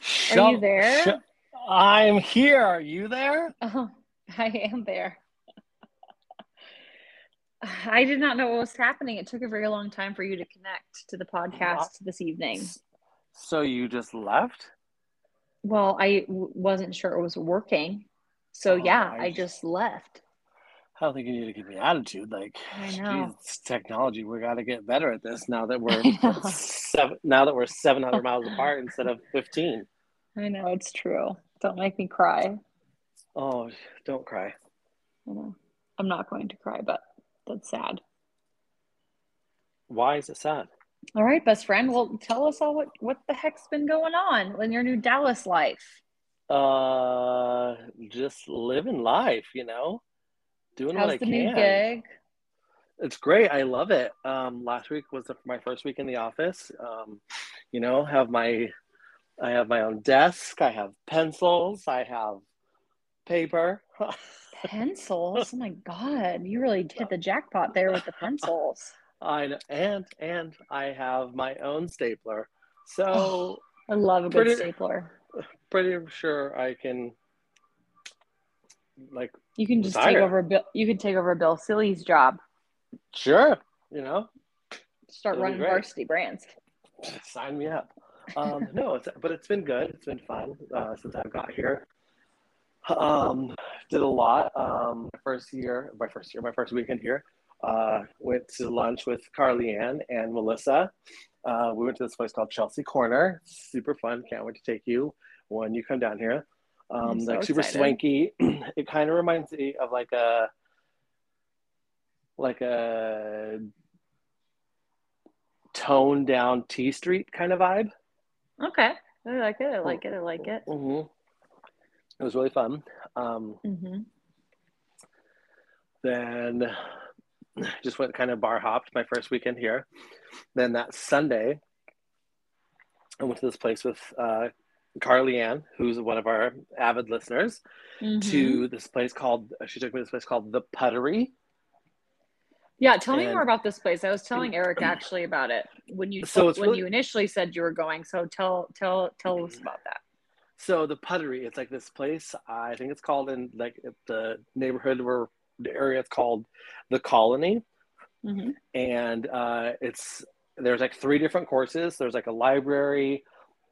Shut- you there? shut- I'm here. Are you there? Oh, I am there. I did not know what was happening. It took a very long time for you to connect to the podcast this evening. So you just left? Well, I w- wasn't sure it was working. So, Oh, yeah, I I just left. I don't think you need to give me attitude. Like, I know. geez, technology. We got to get better at this now that we're I know. seven. Now that we're seven hundred miles apart instead of fifteen. I know it's true. Don't make me cry. Oh, don't cry. I know. I'm not going to cry, but that's sad. Why is it sad? All right, best friend. Well, tell us all what, what the heck's been going on in your new Dallas life. Uh, just living life. You know, doing what I How's the can. new gig? It's great. I love it. Um, last week was the, my first week in the office. Um, you know, have my I have my own desk. I have pencils. I have paper. pencils. Oh my god, you really hit the jackpot there with the pencils. I kn- and and I have my own stapler. So Oh. I love a good Pretty- stapler. pretty sure I can like You can just take Desire. over Bill. You can take over Bill Silly's job. sure, you know, That'd Start be running great. varsity brands. sign me up. Um, no, it's, but it's been good. It's been fun uh, since I've got here. Um, did a lot. Um, my first year, my first year, my first weekend here. Uh, went to lunch with Carly Ann and Melissa. Uh, we went to this place called Chelsea Corner. Super fun. Can't wait to take you when you come down here. Um, I'm so like super excited. swanky. it kind of reminds me of like a like a toned down T Street kind of vibe. Okay, I like it. I like it. I like it. hmm It was really fun. Um, hmm then just went kind of bar hopped my first weekend here. Then that Sunday, I went to this place with uh, Carly Ann, who's one of our avid listeners, mm-hmm. to this place called, she took me to this place called The Puttery. yeah, tell me and- more about this place. I was telling Eric actually about it when you So told- it's when really- Mm-hmm. you initially said you were going. So tell tell tell us about that. So The Puttery, it's like this place, I think it's called in like the neighborhood where the area it's called The Colony. Mhm. and uh, it's there's like three different courses. There's like a library,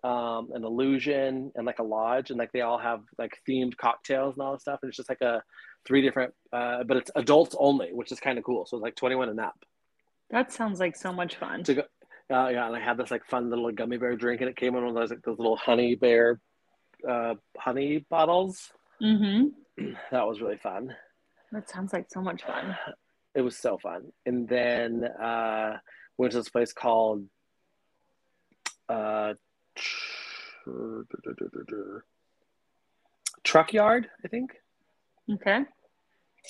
um, an illusion, and like a lodge, and like they all have like themed cocktails and all that stuff. And it's just like a three different, uh, but it's adults only, which is kind of cool. So it's like 21 and up. That sounds like so much fun. To go, uh, yeah, and I had this like fun little gummy bear drink, and it came in one of those like those little honey bear, uh, honey bottles. hmm That was really fun. That sounds like so much fun. It was so fun. And then uh, went to this place called uh, tr- Truck Yard, I think. Okay.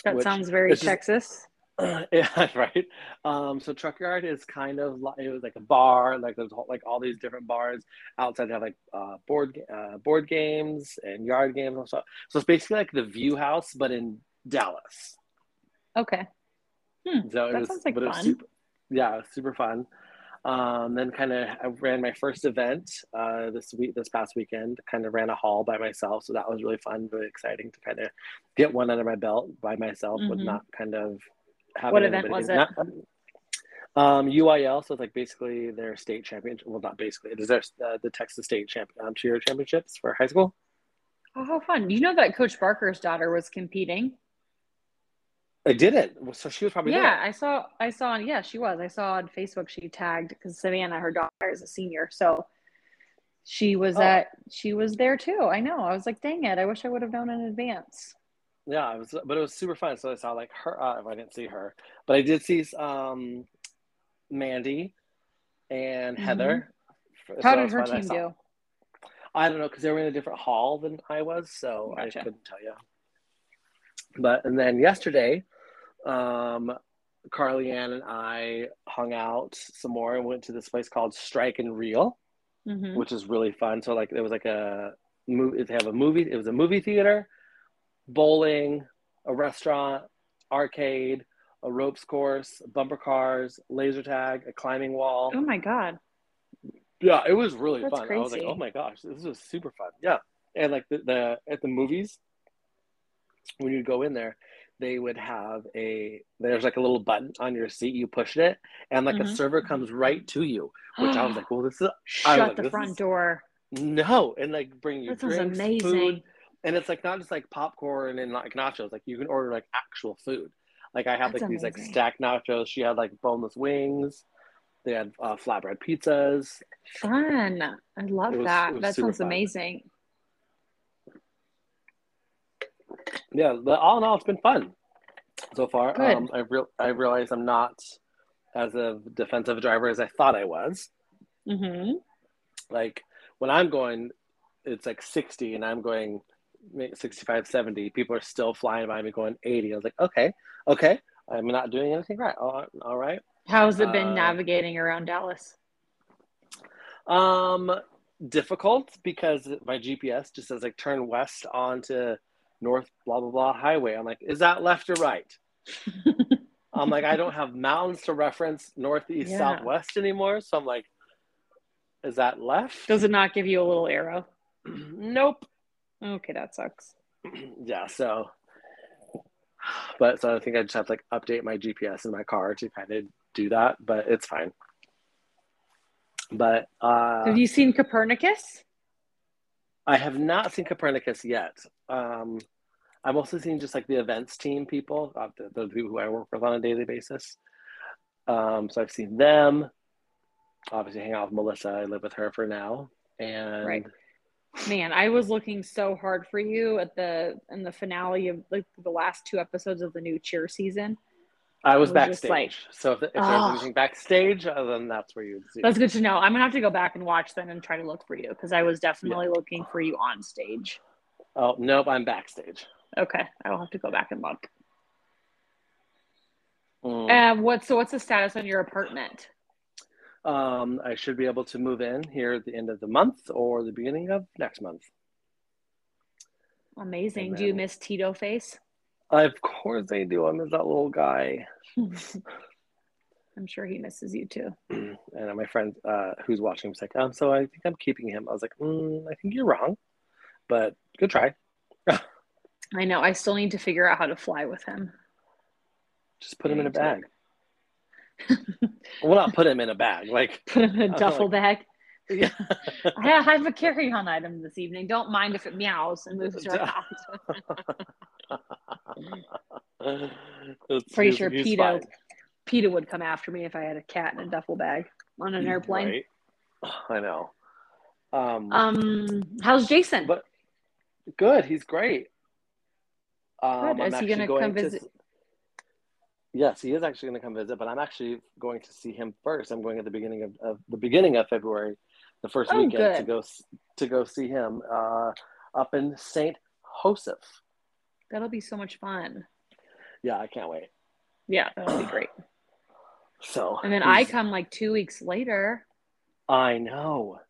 That Which- sounds very it's just- Texas. yeah, right. Um, so Truck Yard is kind of like it was like a bar, like there's all- like all these different bars outside. They have like uh, board ga- uh, board games and yard games and stuff. So it's basically like the View House, but in Dallas. Okay. So it That was, sounds like but it was fun. super, yeah, it was super fun. Um, then kind of I ran my first event uh, this week, this past weekend. Kind of ran a hall by myself, so that was really fun, really exciting to kind of get one under my belt by myself, with Mhm. not kind of having What event anybody- was it? not- um, UIL, so it's like basically their state championship. Well, not basically, it is their uh, the Texas State champ um, cheer championships for high school. Oh, how fun. You know that Coach Barker's daughter was competing? I didn't, so she was probably yeah, there. I saw I saw on yeah, she was. I saw on Facebook she tagged because Savannah, her daughter, is a senior. So she was Oh. at she was there too. I know. I was like, dang it, I wish I would have known in advance. yeah it was but it was super fun so i saw like her uh, i didn't see her but i did see um mandy and Mhm. heather So How that did was her fun. I team saw- do? i don't know because they were in a different hall than i was so Gotcha. i couldn't tell you but and then yesterday um carly ann and i hung out some more and went to this place called strike and reel hmm which is really fun. So like there was like a movie. They have a movie. It was a movie theater, bowling, a restaurant, arcade, a ropes course, bumper cars, laser tag, a climbing wall. Oh my god. Yeah, it was really Oh That's fun. I was like, crazy. oh my gosh, this was super fun. Yeah, and like the, the at the movies, when you go in there, they would have a there's like a little button on your seat. You push it, and like a Mhm. server comes right to you. Which I was like, well, this is shut like, the this front is- door. no, and like bring you That sounds drinks, amazing. food, and it's like not just like popcorn and like nachos. Like you can order like actual food. Like I had like That's these like amazing. stacked nachos. She had like boneless wings. They had uh, flatbread pizzas. Fun. I love It was- it that. was That super sounds fun. amazing. yeah the, all in all it's been fun so far Good. um i real i realize i'm not as a defensive driver as i thought i was Mm-hmm. like when i'm going it's like 60 and i'm going ma- 65 70 people are still flying by me going 80 i was like okay okay i'm not doing anything right all, all right How's it been Uh, navigating around Dallas? um difficult because my gps just says like turn west onto north blah blah blah highway i'm like is that left or right I'm like, I don't have mountains to reference northeast, Yeah. southwest anymore. So I'm like, is that left? Does it not give you a little arrow? nope. Okay, that sucks. Yeah. So, but so I think I just have to like update my GPS in my car to kind of do that, but it's fine. But uh, Have you seen Copernicus? I have not seen Copernicus yet. Um, I'm also seeing just like the events team people, uh, the, the people who I work with on a daily basis. Um, so I've seen them. Obviously, hang out with Melissa. I live with her for now, and Right. Man, I was looking so hard for you at the in the finale of like the last two episodes of the new cheer season. I was, It was just backstage. like, so if, if "Ah." there's anything backstage, uh, then that's where you'd see. That's good to know. I'm gonna have to go back and watch then and try to look for you because I was definitely looking for you on stage. oh nope, I'm backstage. Okay, I will have to go back and look. Mm. Um, what so what's the status on your apartment? Um, I should be able to move in here at the end of the month or the beginning of next month. Amazing. Do you Amen. miss Tito face? Of course, they do. I miss that little guy. I'm sure he misses you too. and my friend uh, who's watching was like, um, so I think I'm keeping him. I was like, mm, I think you're wrong, but good try. I know. I still need to figure out how to fly with him. Just put him in a Yeah, bag. well, not put him in a bag. Like, Put him in a Oh, duffel bag. yeah, I I have a carry-on item this evening. Don't mind if it meows and moves around. It's- Pretty he's- sure he's Peter fine, Peter would come after me if I had a cat in a duffel bag on an airplane. right? I know. Um, Um, how's Jason? But- good. He's great. Um, Good. I'm Is he actually gonna going come to- visit? Yes, he is actually going to come visit, but I'm actually going to see him first. I'm going at the beginning of, of the beginning of February, the first Oh, weekend to good. go s- to go see him uh, up in Saint Joseph. That'll be so much fun. Yeah, I can't wait. Yeah, that'll be great. So And then I he's- come like two weeks later. I know.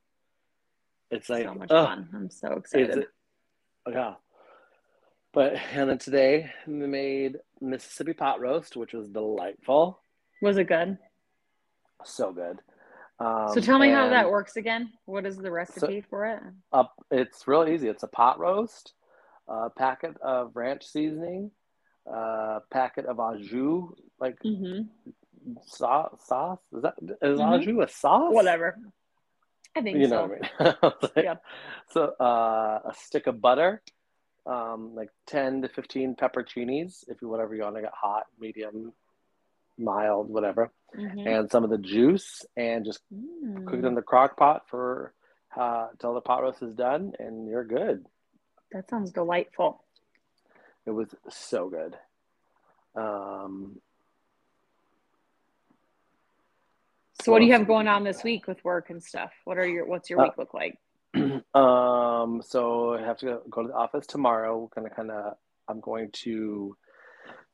It's like so much ugh, fun. I'm so it's- uh, excited. yeah. But and then today we made Mississippi pot roast, which was delightful, Was it good? so good. Um, so tell me how that and- works again. What is the recipe for it? up it's real easy it's a pot roast a packet of ranch seasoning a packet of au jus like hmm sau- sauce is that is au Mhm. jus a sauce Whatever. I think you so. know what I mean? Like, Yep. so uh, a stick of butter um, like 10 to 15 pepperoncinis if you whatever you want to get hot medium mild whatever Mhm. and some of the juice and just cook it Mm, in the crock pot for uh, till the pot roast is done and you're good that sounds delightful. It was so good. Um, So what do you Well, have going on this week with work and stuff? What are your what's your Uh, week look like? um, so I have to go, go to the office tomorrow. We're gonna kind of. I'm going to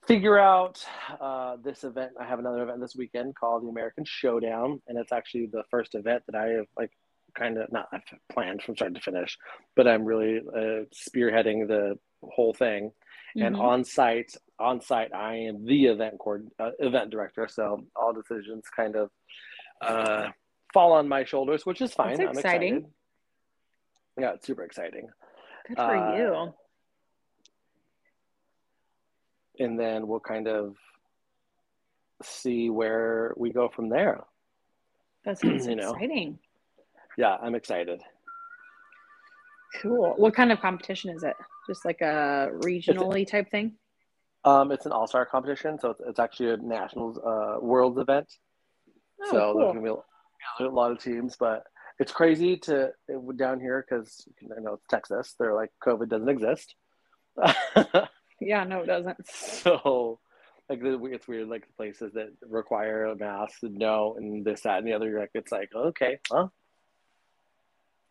figure out uh, this event. I have another event this weekend called the American Showdown, and it's actually the first event that I have like kind of not I've planned from start to finish, but I'm really uh, spearheading the whole thing. and Mhm. on site on site i am the event coord uh, event director so all decisions kind of uh, fall on my shoulders, which is fine. That's I'm exciting. excited. Yeah, it's super exciting. Good for Uh, you. And then we'll kind of see where we go from there. That sounds you know. exciting. Yeah, I'm excited. Cool. What kind of competition is it? Just like a regionally type thing? Um, it's an all star competition, so it's, it's actually a national uh, world event. Oh, so there's cool. gonna be a, yeah, a lot of teams, but it's crazy to down here because I know it's Texas. They're like COVID doesn't exist, Yeah, no, it doesn't. so like the- it's weird. Like places that require a mask, and no, and this, that, and the other. You're like it's like okay, well,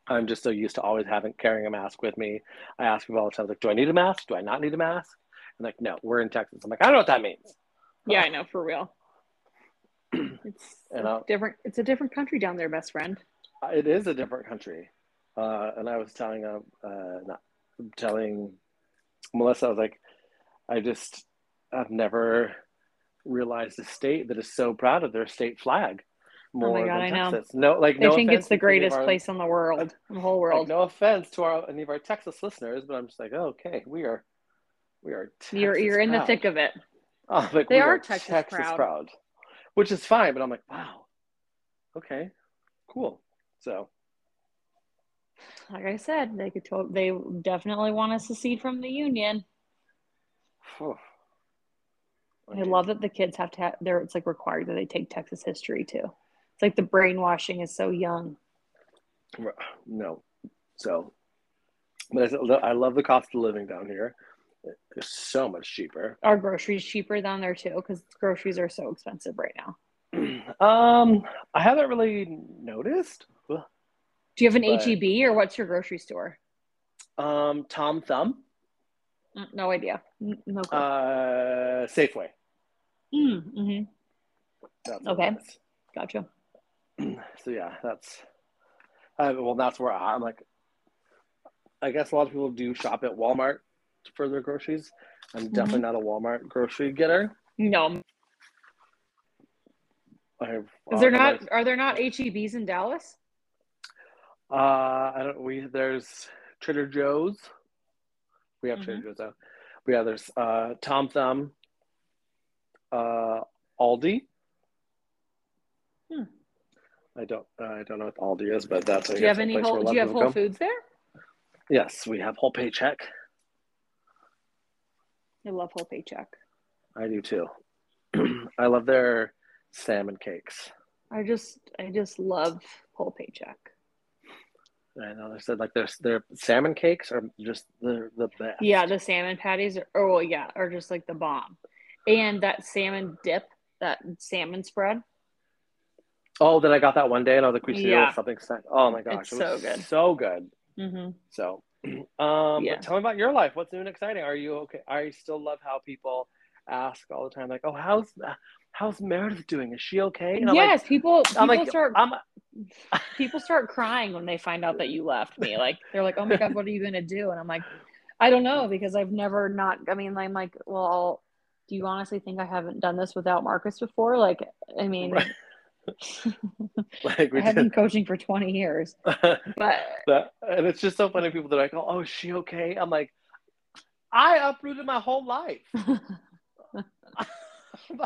I'm just so used to always having carrying a mask with me. I ask people all the time, like, do I need a mask? Do I not need a mask? And like, no, we're in Texas. I'm like, I don't know what that means. Yeah, I know for real. It's You a know. different. It's a different country down there, best friend. It is a different country. Uh, and I was telling uh, uh, not telling Melissa, I was like, I just I've never realized a state that is so proud of their state flag more Oh God, I than know. Texas. No, like no I think offense it's to the any of greatest our- place in the world, in the whole like, world. no offense to our any of our Texas listeners, but I'm just like, oh, okay, we are, we are. Texas you're you're in the proud. thick of it. Oh, like They we are Texas proud. which is fine. But I'm like, wow, okay, cool. So Like I said, they could. To- they definitely want to secede from the union. Phew. I love that the kids have to. Have, they're it's like required that they take Texas history too. It's like the brainwashing is so young. mean, No, so, but I said, I love the cost of living down here. It's so much cheaper. Are groceries cheaper down there too? Because groceries are so expensive right now. Um, I haven't really noticed. Do you have an But- HEB or what's your grocery store? Um, Tom Thumb, Mm, No idea. N- No. clue. uh, Safeway. Mm, mhm. That's what Okay. it is. Gotcha. so yeah, that's uh, well, that's where I, I'm like. I guess a lot of people do shop at Walmart for their groceries. I'm Mm-hmm. definitely not a Walmart grocery getter. No, I have, is there not? Are there not HEBs in Dallas? Uh, I don't. We there's Trader Joe's. We have Mm-hmm. Trader Joe's though. But yeah, there's uh, Tom Thumb, uh, Aldi. Hmm. I don't. uh, I don't know what Aldi is, but that's. I Do you guess, have a any? place where a Whole, lot do of you have people Whole go. Foods there? Yes, we have whole paycheck. I love Whole Paycheck. I do too. I love their salmon cakes. I just, I just love Whole Paycheck. I know they said like their their salmon cakes are just the the best. Yeah, the salmon patties are. Oh well, yeah, are just like the bomb, and that salmon dip, that salmon spread. Oh, then I got that one day and I was like, we should Yeah. do something. snack- Oh my gosh, It's it was so good. so good. Mm-hmm. So, um, Yeah. but tell me about your life. What's new and exciting? Are you okay? I still love how people ask all the time, like, "Oh, how's how's Meredith doing? Is she okay?" And I'm yes, people, like, I'm people like, start, I'm people start crying when they find out that you left me. Like they're like, "Oh my god, what are you gonna do?" And I'm like, "I don't know because I've never not. I mean, I'm like, well, do you honestly think I haven't done this without Marcus before? Like, I mean, Right. like I we have been did coaching for 20 years, but that, and it's just so funny. People that I go, "Oh, is she okay?" I'm like, I uprooted my whole life.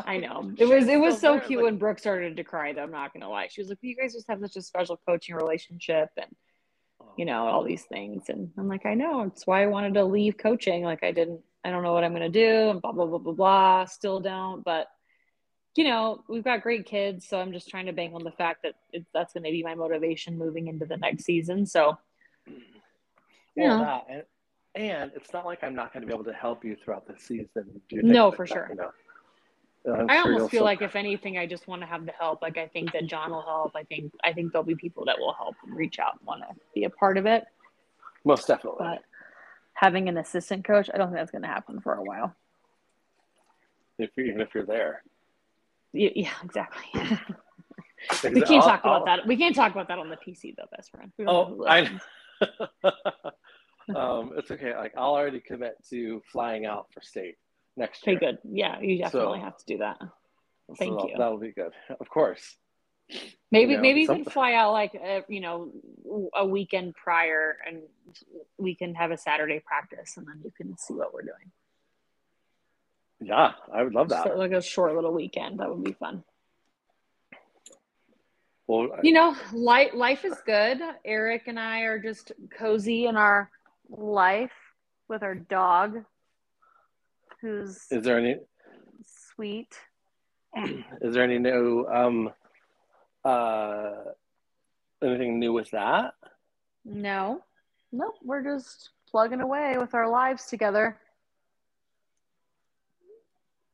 I know it was it was so cute Like, when Brooke started to cry. Though I'm not gonna lie, she was like, "You guys just have such a special coaching relationship, and you know all these things." And I'm like, "I know. It's why I wanted to leave coaching. Like I didn't. I don't know what I'm gonna do, and blah blah blah blah blah. Still don't, but." You know, we've got great kids, so I'm just trying to bank on the fact that it, that's going to be my motivation moving into the next season. So, Well, Yeah. that, and, and it's not like I'm not going to be able to help you throughout the season. Do things No, like for that, sure. you know? And I'm I sure almost you'll feel still- like if anything, I just want to have the help. Like I think that John will help. I think I think there'll be people that will help and reach out and want to be a part of it. most definitely. But having an assistant coach, I don't think that's going to happen for a while. if you, even if you're there, Y- Yeah, exactly. we can't talk about that. We can't talk about that on the PC though, best friend. We Oh, know who I listens. um, it's okay. Like I'll already commit to flying out for state next year. Okay, good. Yeah, you definitely So- have to do that. So thank that'll- you. That'll be good. Of course. Maybe You know, maybe you some- can fly out like uh, you know a weekend prior, and we can have a Saturday practice, and then you can see what we're doing. Yeah, I would love that. So, like a short little weekend, that would be fun. well, You know, life life is good. Eric and I are just cozy in our life with our dog, who's is there any sweet. is there any new um uh anything new with that? No, nope. We're just plugging away with our lives together.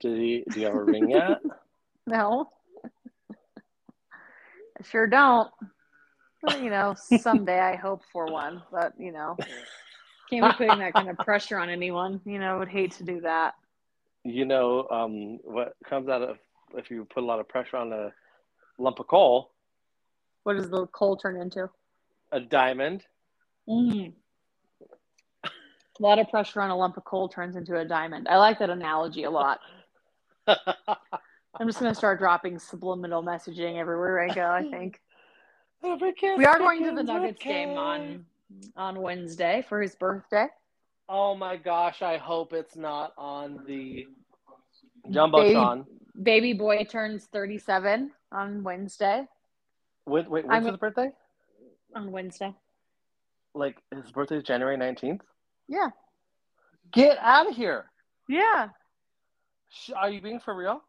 Did he do you have a ring yet? No. I sure don't. But, you know, someday I hope for one, but you know, can't be putting that kind of pressure on anyone. You know, I would hate to do that. You know, um what comes out of if you put a lot of pressure on a lump of coal, What does the coal turn into? a diamond. Mm-hmm. A lot of pressure on a lump of coal turns into a diamond. I like that analogy a lot. I'm just going to start dropping subliminal messaging everywhere I go, I think. We are going to the Nuggets game on on Wednesday for his birthday. Oh my gosh, I hope it's not on the Baby- Jumbotron. Baby boy turns 37 on Wednesday. Wait, wait, I'm- when's his birthday? On Wednesday. Like his birthday is January 19th? Yeah. Get out of here. Yeah. Sh- Are you being for real?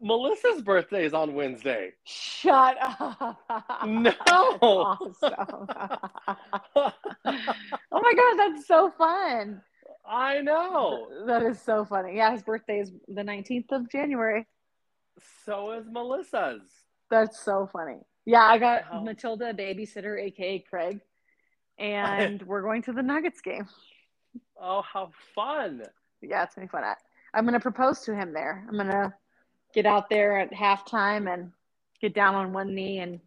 Melissa's birthday is on Wednesday. Shut up. No. That's awesome. oh my god, that's so fun. I know. That is so funny. Yeah, his birthday is the 19th of January. So is Melissa's. That's so funny. Yeah, I got Wow. Matilda, a babysitter, aka Craig, and we're going to the Nuggets game. Oh, how fun. Yeah, it's gonna be fun. I, I'm gonna propose to him there. I'm gonna get out there at halftime and get down on one knee and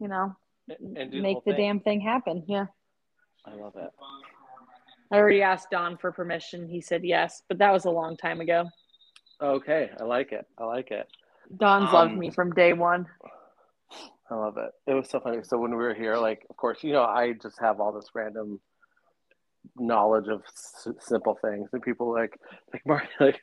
you know And do make whole the thing. damn thing happen. Yeah. I love it. I already asked Don for permission. He said yes, but that was a long time ago. Okay, I like it. I like it. Don's Um, loved me from day one. I love it. It was so funny. So when we were here, like, of course, you know, I just have all this random knowledge of s- simple things, and people like, like Marty, like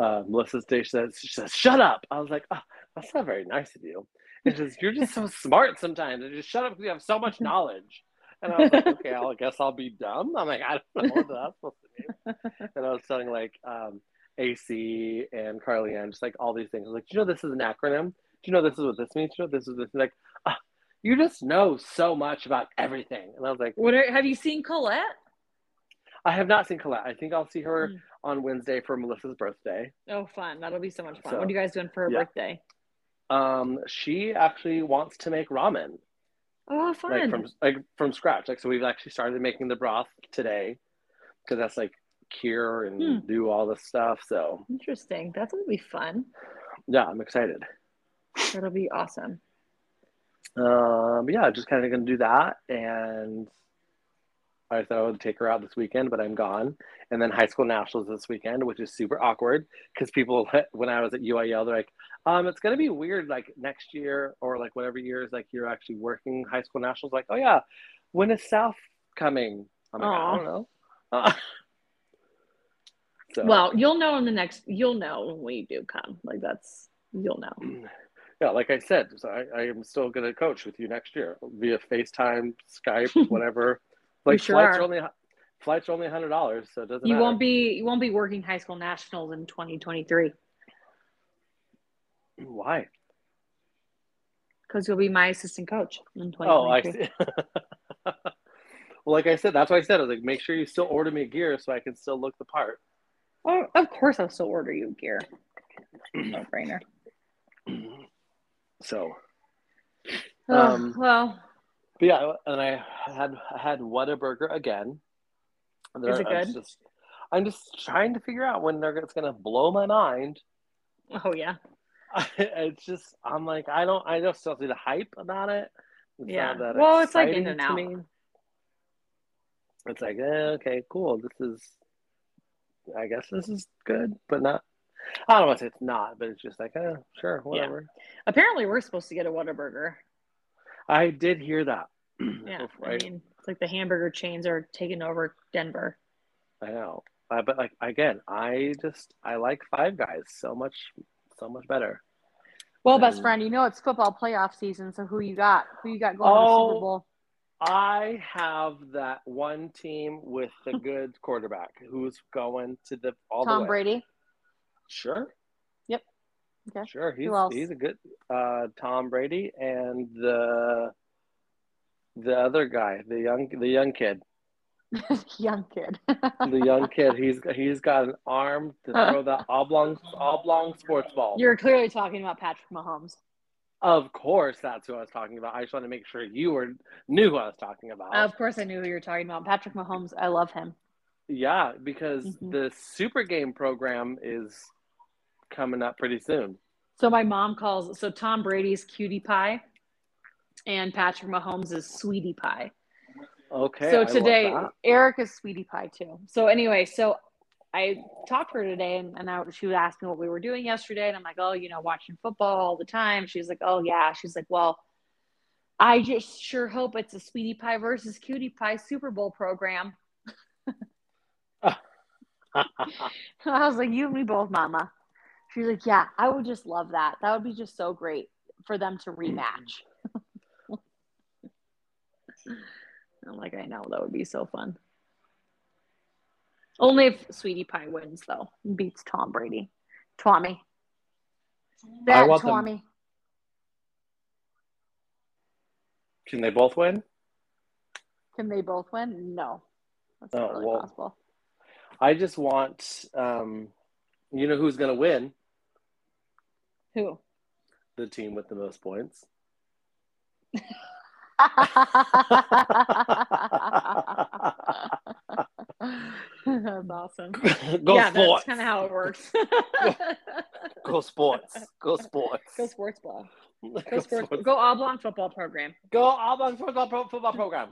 uh, Melissa Day says, she says, "Shut up." I was like, oh, "That's not very nice of you." And she says, "You're just so smart sometimes, and just shut up because you have so much knowledge." And I was like, "Okay, I'll- I guess I'll be dumb." I'm like, "I don't know what that's supposed to mean." And I was telling like um, AC and Carly Ann just like all these things. I was like, "Do you know this is an acronym?" do you know this is what this means? Do you know this is this? Like, ah, you just know so much about everything. And I was like, What are, have you seen Colette? I have not seen Colette. I think I'll see her Mm. on Wednesday for Melissa's birthday. Oh, fun! That'll be so much fun. So, what are you guys doing for her yeah. birthday? Um, she actually wants to make ramen, Oh, fun! like from like from scratch. Like, so we've actually started making the broth today, because that's like cure and do all this stuff. So Interesting. That's gonna be fun. yeah, I'm excited. That'll be awesome. Um, but yeah, just kind of gonna do that, and I thought I would take her out this weekend, but I'm gone. And then high school nationals this weekend, which is super awkward because people, when I was at UIL, they're like, um, it's gonna be weird, like next year or like whatever year is like you're actually working high school nationals. Like, oh yeah, when is South coming? I'm like, Aw. I don't know. Uh, so, Well, you'll know in the next. You'll know when we do come. Like that's you'll know. yeah, like I said, so I, I am still going to coach with you next year via FaCetime, Skype, whatever. like sure flights are. are only flights are only hundred dollars, so it doesn't. You matter. won't be you won't be working high school nationals in 2023 Why? because you'll be my assistant coach in 2023. Oh, I see. well, like I said, that's why I said I was like, make sure you still order me gear so I can still look the part. Oh, of course I'll still order you gear. No brainer. So, Um, Um, well, but yeah, and I had I had Whataburger again. And Is they're- it I'm good? just, I'm just trying to figure out when they're it's going to blow my mind. oh yeah, I, it's just I'm like I don't I don't still see the hype about it. It's yeah. not that Well, it's like exciting in and to out. me. It's like eh, okay, cool. This is I guess this is good, but not. I don't want to say it's not, but it's just like, eh, sure, whatever. Apparently, we're supposed to get a Whataburger. I did hear that. Yeah, Before I mean, it's like the hamburger chains are taking over Denver. I know, uh, but like again, I just I like Five Guys so much, so much better. Well, best Mm. friend, you know it's football playoff season, so who you got? Who you got going to the Oh. Super Bowl? I have that one team with the good quarterback who's going to the all the Tom way. Brady. Sure. Yep. Okay. Sure. He's else? he's a good uh, Tom Brady and the the other guy, the young the young kid, Young kid. the young kid. He's he's got an arm to throw that oblong oblong sports ball. You're clearly talking about Patrick Mahomes. of course, that's who I was talking about. I just want to make sure you were knew who I was talking about. Of course, I knew who you were talking about. Patrick Mahomes. I love him. yeah, because Mhm. the Super Game program is coming up pretty soon. So my mom calls. So Tom Brady's cutie pie, and Patrick Mahomes is sweetie pie. Okay. I so love today, that. Eric is sweetie pie too. So anyway, so I talked to her today, and, and I, she was asking what we were doing yesterday, and I'm like, oh, you know, watching football all the time. She's like, oh yeah. She's like, well, I just sure hope it's a sweetie pie versus cutie pie Super Bowl program. I was like, you and me both, mama. She's like, yeah, I would just love that. That would be just so great for them to rematch. I'm like, I know, that would be so fun. Only if Sweetie Pie wins, though, and beats Tom Brady. Tommy. That want them- Tommy. Can they both win? Can they both win? No. That's Oh, not really well. possible. I just want, um, you know, who's going to win? Who? The team with the most points. That's awesome. Go yeah, sports. that's kind of how it works. Go sports. Go sports. go sports ball. Go Go sports. Go oblong football program. Go Auburn football pro- football program.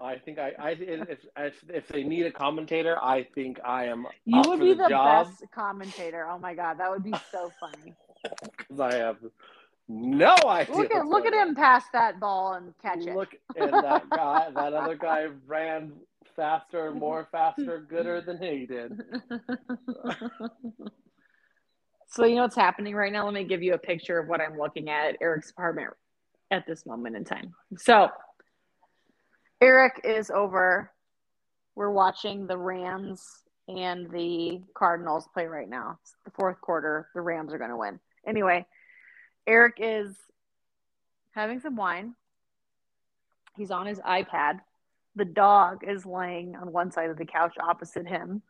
I think I, I if, if if they need a commentator, I think I am You up would for be the, the job best commentator. Oh my god, that would be so funny. 'cause I have no idea. Look at what's look at going on. him pass that ball and catch it. Look, and that guy, that other guy ran faster, more faster, gooder than he did. so you know what's happening right now? Let me give you a picture of what I'm looking at at Eric's apartment at this moment in time. So Eric is over. We're watching the Rams and the Cardinals play right now. It's the fourth quarter. The Rams are going to win. Anyway, Eric is having some wine. He's on his iPad. The dog is laying on one side of the couch opposite him.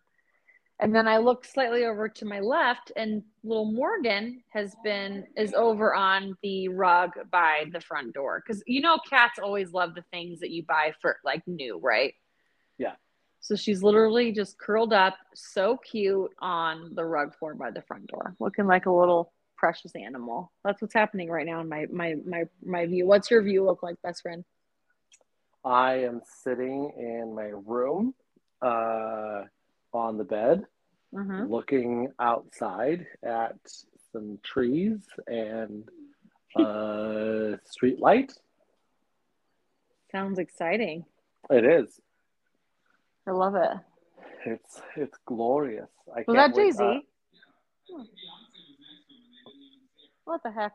And then I look slightly over to my left, and little Morgan has been is over on the rug by the front door because you know cats always love the things that you buy for like new, right? Yeah. So she's literally just curled up, so cute on the rug floor by the front door, looking like a little precious animal. That's what's happening right now in my my my my view. What's your view look like, best friend? I am sitting in my room, uh, on the bed, Mm-hmm. looking outside at some trees and uh, street light. Sounds exciting. It is. I love it. It's it's glorious. I Was can't that Jay wait- Z? What the heck?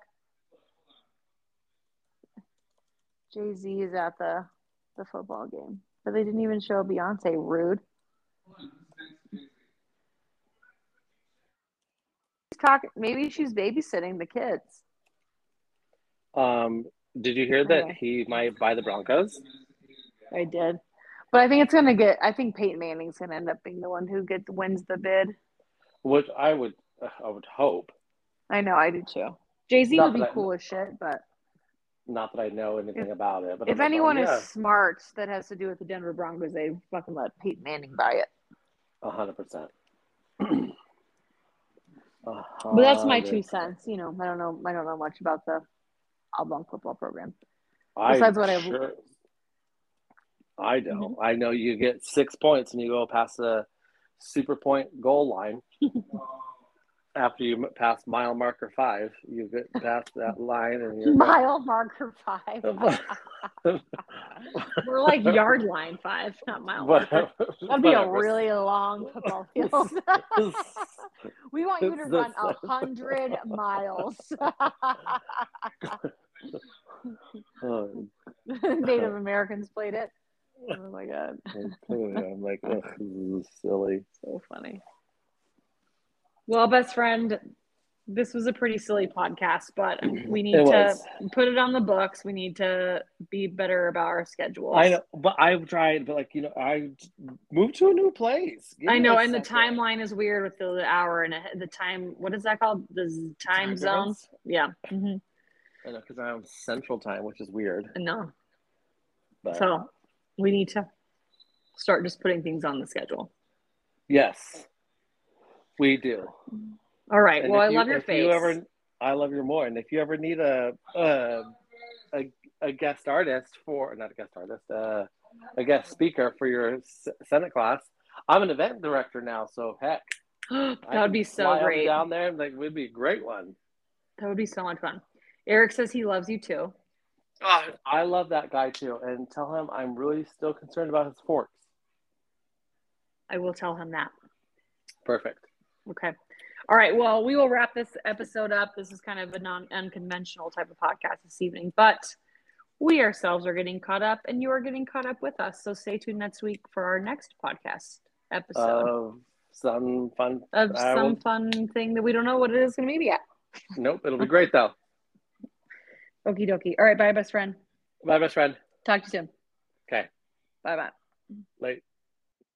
Jay Z is at the the football game, but they didn't even show Beyonce. Rude. She's talking. Maybe she's babysitting the kids. uh, um, did you hear that Okay. he might buy the Broncos? I did, but I think it's gonna get. I think Peyton Manning's gonna end up being the one who gets wins the bid. Which I would I would hope. I know. I do too. Jay Z Not would be that I- cool as shit, but Not that I know anything about it. But I'm If like, oh, anyone yeah. is smart that has to do with the Denver Broncos, they fucking let Peyton Manning buy it. A hundred percent. But that's my Oh, two cents. You know, I don't know. I don't know much about the oblong football program. Besides what Mm-hmm. I've- sure, I know. I know you get six points and you go past the super point goal line. After you pass mile marker five, you get past that line and you're Mile marker five. We're like yard line five, not mile. marker. That'd be a Whatever. really long football field. we want you to That's- run that's- a hundred miles. Oh, Native Americans played it. Oh my god, I'm like, ugh, this is silly. so funny. Well, best friend, this was a pretty silly podcast, but we need Mm-hmm. It to was. put it on the books. We need to be better about our schedules. I know, but I've tried, but like you know, I moved to a new place. Give I me know, a and the second. timeline is weird with the hour and a- the time. What is that called? The z- time, Time Mm-hmm. zone? difference? Yeah. I know because I'm Central Time, which is weird. No. But So we need to start just putting things on the schedule. yes, we do. All right. And well, I if you- love your if face. You ever, I love you more. And if you ever need a a, a, a guest artist for not a guest artist, uh, a guest speaker for your s- Senate class, I'm an event director now. So heck, I that would can be so fly 'em great. down there. and, Like, would be a great one. That would be so much fun. Eric says he loves you too. Ah, I love that guy too, and tell him I'm really still concerned about his forks. I will tell him that. Perfect. Okay. All right. Well, we will wrap this episode up. This is kind of a non unconventional type of podcast this evening, but we ourselves are getting caught up and you are getting caught up with us. So stay tuned next week for our next podcast episode Of some fun. of Uh, I some won't- fun thing that we don't know what it is going to be yet. Nope, it'll be great though. Okie dokie. All right. Bye, best friend. My best friend. Talk to you soon. Okay, Bye bye. late.